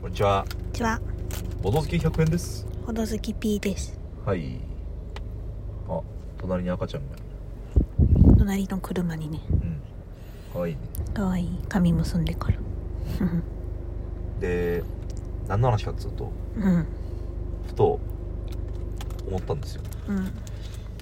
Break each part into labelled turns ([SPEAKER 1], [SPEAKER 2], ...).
[SPEAKER 1] こんにちは。
[SPEAKER 2] こんにちは、
[SPEAKER 1] ボド好き100円です。
[SPEAKER 2] ほどずき P です。
[SPEAKER 1] はい。あ、隣に赤ちゃんがいる。
[SPEAKER 2] 隣の車にね、
[SPEAKER 1] うん。可愛いね。
[SPEAKER 2] 可愛い髪結んでから。
[SPEAKER 1] で、何の話かっつうと、
[SPEAKER 2] うん、
[SPEAKER 1] ふと思ったんですよ。
[SPEAKER 2] うん、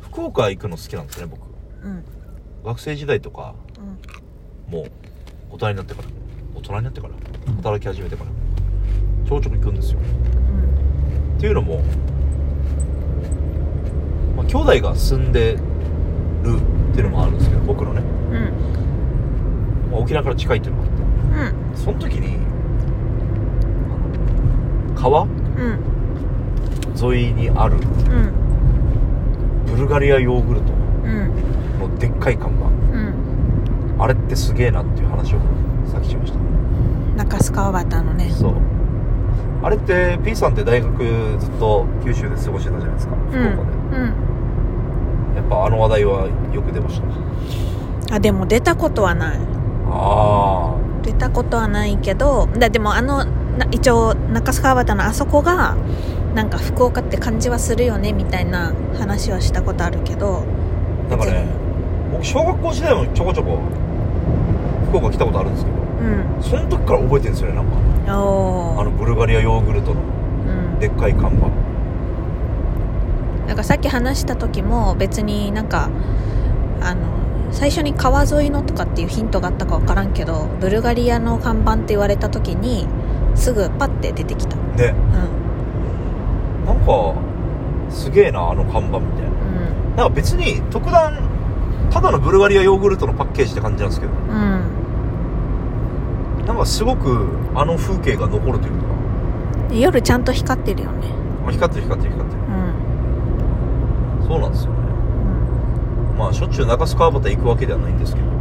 [SPEAKER 1] 福岡行くの好きなんですね、僕。
[SPEAKER 2] うん、
[SPEAKER 1] 学生時代とか、
[SPEAKER 2] うん、
[SPEAKER 1] もう大人になってから、大人になってから、働き始めてから、ちょこちょこ行くんですよ。
[SPEAKER 2] うん、
[SPEAKER 1] っていうのも、まあ、兄弟が住んでるっていうのもあるんですけど、僕のね、
[SPEAKER 2] うん、
[SPEAKER 1] まあ、沖縄から近いっていうのもあって。
[SPEAKER 2] うん、
[SPEAKER 1] その時にあの川
[SPEAKER 2] うん、
[SPEAKER 1] 沿いにある
[SPEAKER 2] うん、
[SPEAKER 1] ブルガリアヨーグルト
[SPEAKER 2] うん、
[SPEAKER 1] のでっかい看
[SPEAKER 2] うん、
[SPEAKER 1] 板あれってすげえなっていう話をさっきしました
[SPEAKER 2] 中須川端のね。
[SPEAKER 1] そうあれって P さんって大学ずっと九州で過ごしてたじゃないですか福
[SPEAKER 2] うん、
[SPEAKER 1] 岡で、
[SPEAKER 2] うん。
[SPEAKER 1] やっぱあの話題はよく出ました
[SPEAKER 2] あ、でも出たことはない。
[SPEAKER 1] あ
[SPEAKER 2] 出たことはないけど、だでもあのな一応中須川端のあそこがなんか福岡って感じはするよねみたいな話はしたことあるけど、
[SPEAKER 1] あなんかね僕小学校時代もちょこちょこ福岡来たことあるんですけど
[SPEAKER 2] うん、
[SPEAKER 1] その時から覚えてるんですよねなんか
[SPEAKER 2] おー
[SPEAKER 1] あのブルガリアヨーグルトの
[SPEAKER 2] うん。
[SPEAKER 1] でっかい看板
[SPEAKER 2] なんかさっき話した時も別になんかあの最初に川沿いのとかっていうヒントがあったか分からんけどブルガリアの看板って言われた時にすぐパッて出てきた
[SPEAKER 1] ね
[SPEAKER 2] うん
[SPEAKER 1] なんかすげえなあの看板みたいななんか別に特段ただのブルガリアヨーグルトのパッケージって感じなんですけど
[SPEAKER 2] うんうん
[SPEAKER 1] なんかすごくあの風景が残るというか
[SPEAKER 2] で夜ちゃんと光ってるよね
[SPEAKER 1] まあ光ってる光ってる光ってる
[SPEAKER 2] うん
[SPEAKER 1] そうなんですよねまあしょっちゅう中洲川端行くわけではないんですけど
[SPEAKER 2] うん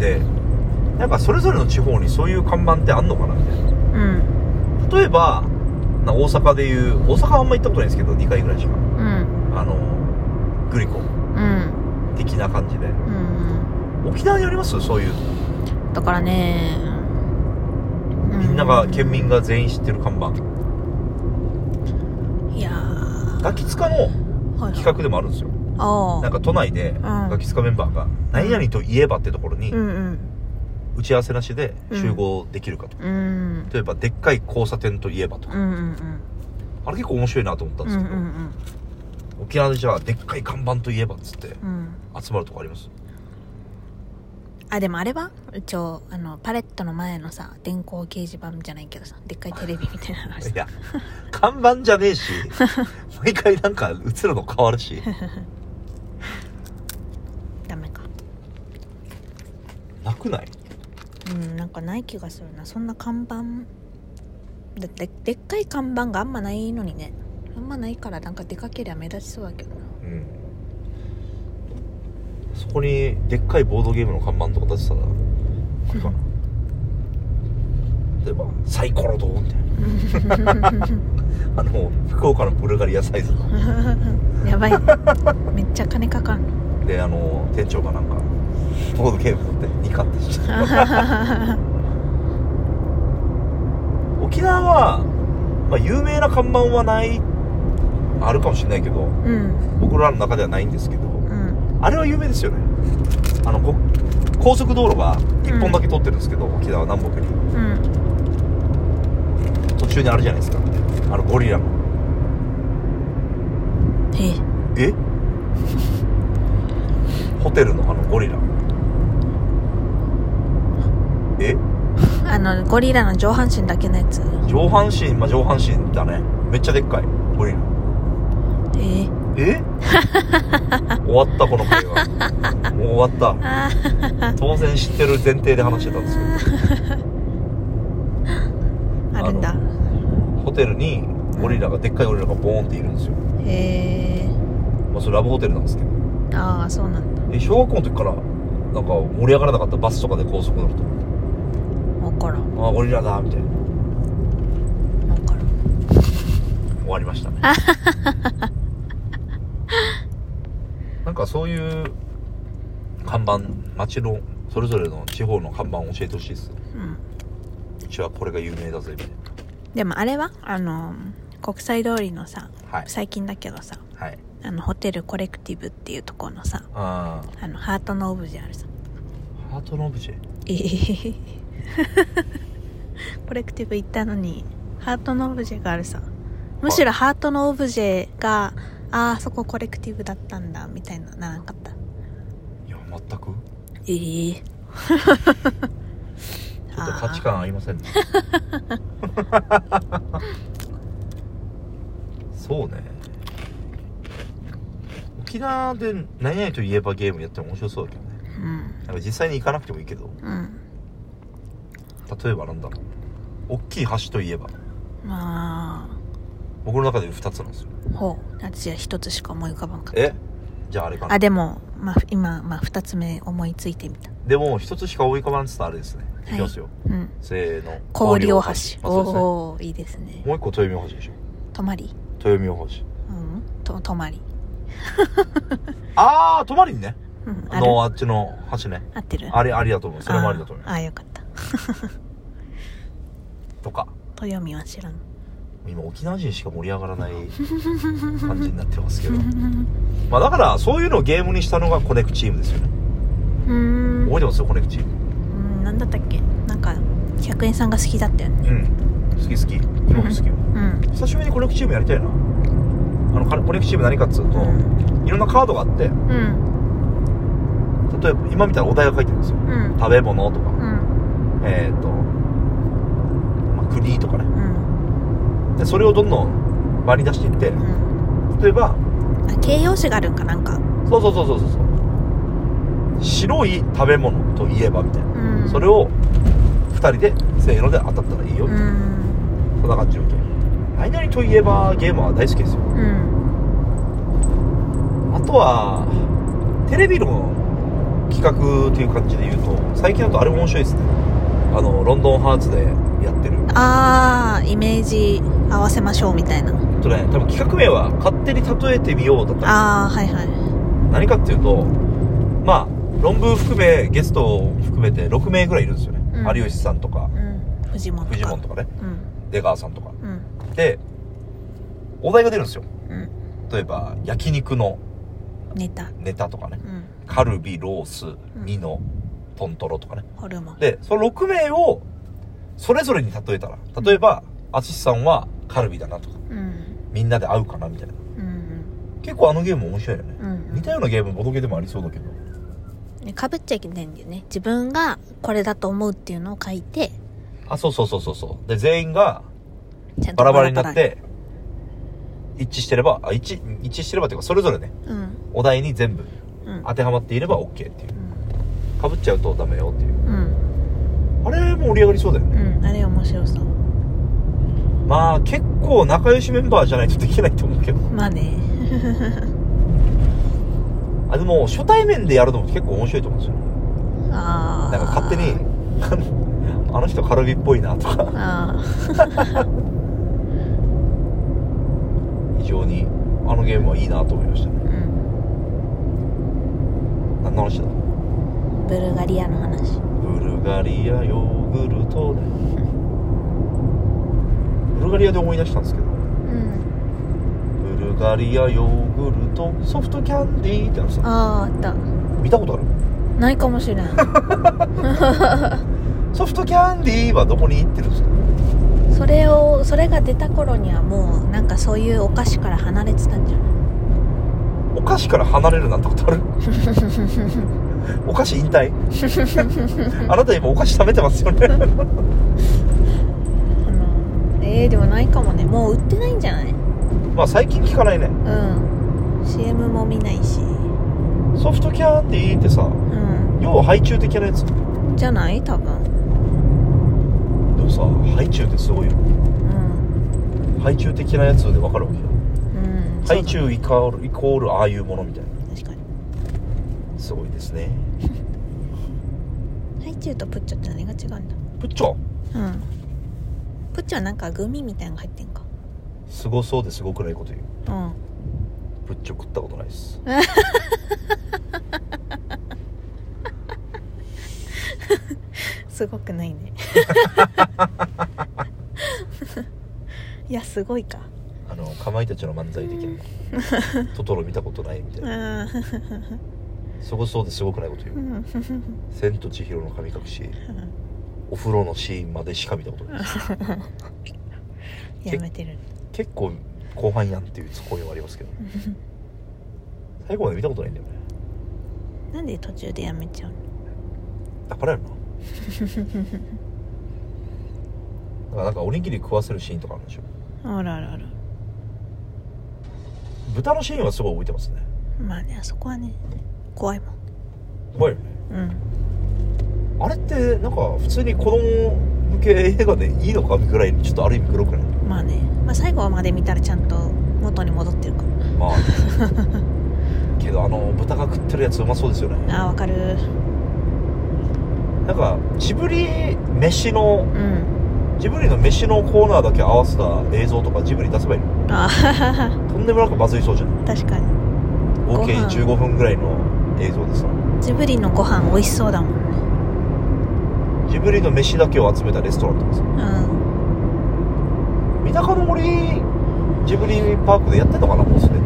[SPEAKER 1] でなんかそれぞれの地方にそういう看板ってあんのかなみたいな
[SPEAKER 2] うん
[SPEAKER 1] 例えばな大阪でいう大阪はあんま行ったことないんですけど2回ぐらいしか
[SPEAKER 2] うん
[SPEAKER 1] あのグリコ
[SPEAKER 2] うん
[SPEAKER 1] 的な感じで
[SPEAKER 2] うん
[SPEAKER 1] 沖縄にありますそういう
[SPEAKER 2] だからねう
[SPEAKER 1] みんなが県民が全員知ってる看板
[SPEAKER 2] いやー
[SPEAKER 1] ガキツカの
[SPEAKER 2] はい
[SPEAKER 1] 企画でもあるんですよ
[SPEAKER 2] あ
[SPEAKER 1] なんか都内でガキツカメンバーが「何々といえば」ってところに
[SPEAKER 2] ーうん
[SPEAKER 1] 打ち合わせなしで集合できるかとか
[SPEAKER 2] うんうん
[SPEAKER 1] 例えばでっかい交差点といえばと
[SPEAKER 2] う
[SPEAKER 1] か
[SPEAKER 2] んうん
[SPEAKER 1] あれ結構面白いなと思ったん
[SPEAKER 2] うんう
[SPEAKER 1] で
[SPEAKER 2] んう
[SPEAKER 1] す
[SPEAKER 2] ん
[SPEAKER 1] けど沖縄でじゃあでっかい看板といえばっつって
[SPEAKER 2] うんうん
[SPEAKER 1] 集まるとこあります
[SPEAKER 2] あでもあれは一応あのパレットの前のさ電光掲示板じゃないけどさでっかいテレビみたいな話
[SPEAKER 1] いや看板じゃねえ し毎回なんか映るの変わるし
[SPEAKER 2] ダメか
[SPEAKER 1] なくない
[SPEAKER 2] うんなんかない気がするなそんな看板だってでっかい看板があんまないのにねあんまないからなんか出かけりゃ目立ちそうだけどな
[SPEAKER 1] うんそこにでっかいボードゲームの看板とか出てたらあれかな例えばサイコロドーンみたいなあの福岡のブルガリアサイズの
[SPEAKER 2] やばいめっちゃ金かかん
[SPEAKER 1] であの店長がなんかボードゲーム持ってニカってして沖縄は、まあ、有名な看板はないあるかもしれないけど
[SPEAKER 2] うん
[SPEAKER 1] 僕らの中ではないんですけど
[SPEAKER 2] うん
[SPEAKER 1] あれは有名ですよねあのこ高速道路が1本だけ通ってるんですけど、沖縄南北に
[SPEAKER 2] うん
[SPEAKER 1] 途中にあるじゃないですかあのゴリラの
[SPEAKER 2] え
[SPEAKER 1] え ホテルのあのゴリラえ
[SPEAKER 2] あのゴリラの上半身だけのやつ
[SPEAKER 1] 上半身まあ上半身だねめっちゃでっかいゴリラ
[SPEAKER 2] え
[SPEAKER 1] え 終わったこの会話もう終わっ
[SPEAKER 2] あー
[SPEAKER 1] た当然知ってる前提で話してたん ですけ
[SPEAKER 2] あるんだ
[SPEAKER 1] あどホテルにゴリラがでっかいゴリラがボーンっているんですよ、
[SPEAKER 2] へえ
[SPEAKER 1] まあ、それラブホテルなんですけど
[SPEAKER 2] ああそうなんだ
[SPEAKER 1] え小学校の時からなんか盛り上がらなかったバスとかで高速乗ると
[SPEAKER 2] 分からん
[SPEAKER 1] ああゴリラだみたいな
[SPEAKER 2] 分からん
[SPEAKER 1] 終わりましたねなんかそういう看板街のそれぞれの地方の看板を教えてほしいです
[SPEAKER 2] うん
[SPEAKER 1] うちはこれが有名だぜみたい
[SPEAKER 2] でもあれはあの国際通りのさ
[SPEAKER 1] なはい
[SPEAKER 2] 最近だけどさ
[SPEAKER 1] はい
[SPEAKER 2] あのホテルコレクティブっていうところのさ
[SPEAKER 1] あー
[SPEAKER 2] あのハートのオブジェあるさ
[SPEAKER 1] ハートのオブジェ
[SPEAKER 2] ええ コレクティブ行ったのにハートのオブジェがあるさむしろハートのオブジェがああそこコレクティブだったんだみたいなならんかった
[SPEAKER 1] いや全く
[SPEAKER 2] ええ
[SPEAKER 1] ちょっと価値観ありま せんねそうね沖縄で何々といえばゲームやっても面白そうだけどね
[SPEAKER 2] うん
[SPEAKER 1] なんか実際に行かなくてもいいけど
[SPEAKER 2] うん
[SPEAKER 1] 例えばなんだろう大きい橋といえば
[SPEAKER 2] ま
[SPEAKER 1] 僕の中で2つなんですよ
[SPEAKER 2] あほう私は一つしか思い浮かばんかった
[SPEAKER 1] えじゃああれかな
[SPEAKER 2] あでも、まあ、今、まあ、2つ目思いついてみた
[SPEAKER 1] でも1つしか思い浮かばんっつったらあれですね
[SPEAKER 2] はい
[SPEAKER 1] いきますよ、
[SPEAKER 2] うん
[SPEAKER 1] せーの
[SPEAKER 2] 氷大橋
[SPEAKER 1] まあそうですね
[SPEAKER 2] おおーいいですね
[SPEAKER 1] もう1個豊見大橋でしょ
[SPEAKER 2] 泊まり
[SPEAKER 1] 豊見大橋
[SPEAKER 2] うんと泊まり
[SPEAKER 1] ああ泊まりにね
[SPEAKER 2] うん
[SPEAKER 1] あ
[SPEAKER 2] ある
[SPEAKER 1] のあっちの橋ね
[SPEAKER 2] 合ってる
[SPEAKER 1] あれありだと思うそれもありだと思い
[SPEAKER 2] あーあーよかった
[SPEAKER 1] とか
[SPEAKER 2] 豊見は知らん
[SPEAKER 1] 今沖縄人しか盛り上がらない感じになってますけ
[SPEAKER 2] う
[SPEAKER 1] ど
[SPEAKER 2] ん
[SPEAKER 1] まあだからそういうのをゲームにしたのがコネクチームですよね
[SPEAKER 2] うん
[SPEAKER 1] 覚えてますよコネクチーム
[SPEAKER 2] うんなんだったっけなんか100円さんが好きだったよね
[SPEAKER 1] うん好き好き今も好きよ
[SPEAKER 2] うん
[SPEAKER 1] 久しぶりにコネクチームやりたいなあのかコネクチーム何かっつうと、
[SPEAKER 2] うん
[SPEAKER 1] いろんなカードがあって
[SPEAKER 2] うん
[SPEAKER 1] 例えば今みたいなお題が書いてるんですよ
[SPEAKER 2] うん
[SPEAKER 1] 食べ物とか
[SPEAKER 2] うん
[SPEAKER 1] えっ、と、まあ、国とかね
[SPEAKER 2] うん
[SPEAKER 1] でそれをどんどん割り出していって
[SPEAKER 2] うん
[SPEAKER 1] 例えば
[SPEAKER 2] あ形容詞があるんかなんか
[SPEAKER 1] そうそうそうそうそうそう白い食べ物といえばみたいな
[SPEAKER 2] うん
[SPEAKER 1] それを2人でせーので当たったらいいよ
[SPEAKER 2] う
[SPEAKER 1] みたいなんそんな感じのゲーム何々といえばゲームは大好きですよ
[SPEAKER 2] うん
[SPEAKER 1] あとはテレビの企画という感じで言うと最近だとあれも面白いですねあのロンドンハーツでやってる
[SPEAKER 2] ああイメージ合わせましょうみたいな
[SPEAKER 1] えっとね多分企画名は勝手に例えてみようだったら
[SPEAKER 2] ああはいはい
[SPEAKER 1] 何かっていうとまあ論文含めゲストを含めて6名ぐらいいるんですよね、
[SPEAKER 2] うん
[SPEAKER 1] 有吉さんとか
[SPEAKER 2] うんフジモンとか
[SPEAKER 1] フジモンとかね
[SPEAKER 2] うん
[SPEAKER 1] 出川さんとか
[SPEAKER 2] うん
[SPEAKER 1] でお題が出るんですよ
[SPEAKER 2] うん
[SPEAKER 1] 例えば焼肉の
[SPEAKER 2] ネタ
[SPEAKER 1] ネタとかね
[SPEAKER 2] うん
[SPEAKER 1] カルビロースミノトントロとかね
[SPEAKER 2] ホルモン
[SPEAKER 1] でその6名をそれぞれに例えたら例えば淳さんはカルビだなとか
[SPEAKER 2] うん
[SPEAKER 1] みんなで会うかなみたいな
[SPEAKER 2] うん
[SPEAKER 1] 結構あのゲーム面白いよね
[SPEAKER 2] うんうん
[SPEAKER 1] 似たようなゲームボドゲでもありそうだけど
[SPEAKER 2] ねかぶっちゃいけないんだよね自分がこれだと思うっていうのを書いて
[SPEAKER 1] あそうそうそうそうそうで全員が
[SPEAKER 2] ちゃん
[SPEAKER 1] バ
[SPEAKER 2] と
[SPEAKER 1] ラバラになって一致してればあ一致一致してればっていうかそれぞれね
[SPEAKER 2] バラうん
[SPEAKER 1] お題に全部
[SPEAKER 2] うん
[SPEAKER 1] 当てはまっていれば OK っていうかぶっちゃうとダメよっていう
[SPEAKER 2] うん
[SPEAKER 1] あれも盛り上がりそうだよね
[SPEAKER 2] うんあれ面白そう
[SPEAKER 1] まあ結構仲良しメンバーじゃないとできないと思うけど
[SPEAKER 2] まあね
[SPEAKER 1] あでも初対面でやるのも結構面白いと思うんですよ
[SPEAKER 2] ああ
[SPEAKER 1] なんか勝手に「 あの人カルビっぽいな」とか
[SPEAKER 2] あ
[SPEAKER 1] 非常にあのゲームはいいなと思いました
[SPEAKER 2] あ
[SPEAKER 1] ね
[SPEAKER 2] うん
[SPEAKER 1] 何の話だ
[SPEAKER 2] ブルガリアの話
[SPEAKER 1] ブルガリアヨーグルトでブルガリアで思い出したんですけど
[SPEAKER 2] うん
[SPEAKER 1] ブルガリアヨーグルトソフトキャンディーってあのさ
[SPEAKER 2] あああった
[SPEAKER 1] 見たことある
[SPEAKER 2] ないかもしれない
[SPEAKER 1] ソフトキャンディーはどこに行ってるんですか
[SPEAKER 2] それをそれが出た頃にはもうなんかそういうお菓子から離れてたんじゃない
[SPEAKER 1] お菓子から離れるなんてことあるお菓子引退あなた今お菓子食べてますよね
[SPEAKER 2] あのえー、でもないかもねもう売ってないんじゃない
[SPEAKER 1] まあ最近聞かないね
[SPEAKER 2] うん CM も見ないし
[SPEAKER 1] ソフトキャンディーってさ
[SPEAKER 2] うん
[SPEAKER 1] 要はハイチュウ的なやつで
[SPEAKER 2] じゃない多分
[SPEAKER 1] もさハイチュウってすごいよ
[SPEAKER 2] うん
[SPEAKER 1] ハイチュウ的なやつでわかるわけよ
[SPEAKER 2] うん
[SPEAKER 1] ハイチ
[SPEAKER 2] ュ
[SPEAKER 1] ュウイコールイコールああいうものみたいな
[SPEAKER 2] 確かに
[SPEAKER 1] すごいですね
[SPEAKER 2] ハイチュウとプッチョって何が違うんだ
[SPEAKER 1] プッチョ
[SPEAKER 2] うんプッチョはなんかグミみたいなのが入ってんか
[SPEAKER 1] すごそうですごくないこと言う
[SPEAKER 2] うん
[SPEAKER 1] プッチョ食ったことないです
[SPEAKER 2] すごくない ねいやすごいか
[SPEAKER 1] あのかまいたちの漫才的なトトロ見たことないみたいな
[SPEAKER 2] あー
[SPEAKER 1] そこそうですごくないこと言
[SPEAKER 2] う
[SPEAKER 1] うん「千と千尋の神隠 し」お風呂のシーンまでしか見たことないです
[SPEAKER 2] やめてる
[SPEAKER 1] 結構後半やんっていうツッコミもありますけど最後まで見たことないんだよね
[SPEAKER 2] なんで途中でやめちゃうの
[SPEAKER 1] だからや ろなだからなんかおにぎり食わせるシーンとかあるんでしょ
[SPEAKER 2] あらあらあら
[SPEAKER 1] 豚のシーンはすごい覚えてますね
[SPEAKER 2] まあねあそこはね怖いもん
[SPEAKER 1] 怖いよね
[SPEAKER 2] うん
[SPEAKER 1] あれってなんか普通に子供向け映画でいいのかぐらいちょっとある意味黒くない
[SPEAKER 2] まあね、まあ、最後まで見たらちゃんと元に戻ってるか
[SPEAKER 1] まあ けどあの豚が食ってるやつうまそうですよね
[SPEAKER 2] らあーわかる
[SPEAKER 1] なんかジブリ飯の
[SPEAKER 2] うん
[SPEAKER 1] ジブリの飯のコーナーだけ合わせた映像とかジブリ出せばいいの
[SPEAKER 2] あー
[SPEAKER 1] とんでもなくバズりそうじゃん
[SPEAKER 2] 確かに
[SPEAKER 1] 合計
[SPEAKER 2] ご飯
[SPEAKER 1] 15分ぐらいの映像でさ
[SPEAKER 2] ジブリのご飯美味しそうだもんね
[SPEAKER 1] ジブリの飯だけを集めたレストランとかさ
[SPEAKER 2] うん
[SPEAKER 1] 三鷹の森ジブリパークでやってんのかなもうすでに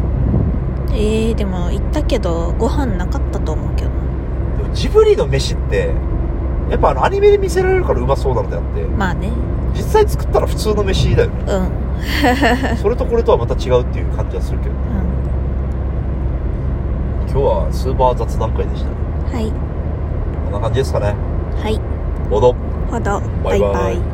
[SPEAKER 2] えー、でも行ったけどご飯なかったと思うけど
[SPEAKER 1] でもジブリの飯ってやっぱあのアニメで見せられるからうまそうなのであって
[SPEAKER 2] まあね
[SPEAKER 1] 実際作ったら普通の飯だよ ね
[SPEAKER 2] うん
[SPEAKER 1] それとこれとはまた違うっていう感じはするけど
[SPEAKER 2] うん
[SPEAKER 1] 今日はスーパー雑談会でしたね
[SPEAKER 2] はい
[SPEAKER 1] こんな感じですかね
[SPEAKER 2] はい
[SPEAKER 1] どうぞ
[SPEAKER 2] ほど
[SPEAKER 1] バイバイ
[SPEAKER 2] バイバイ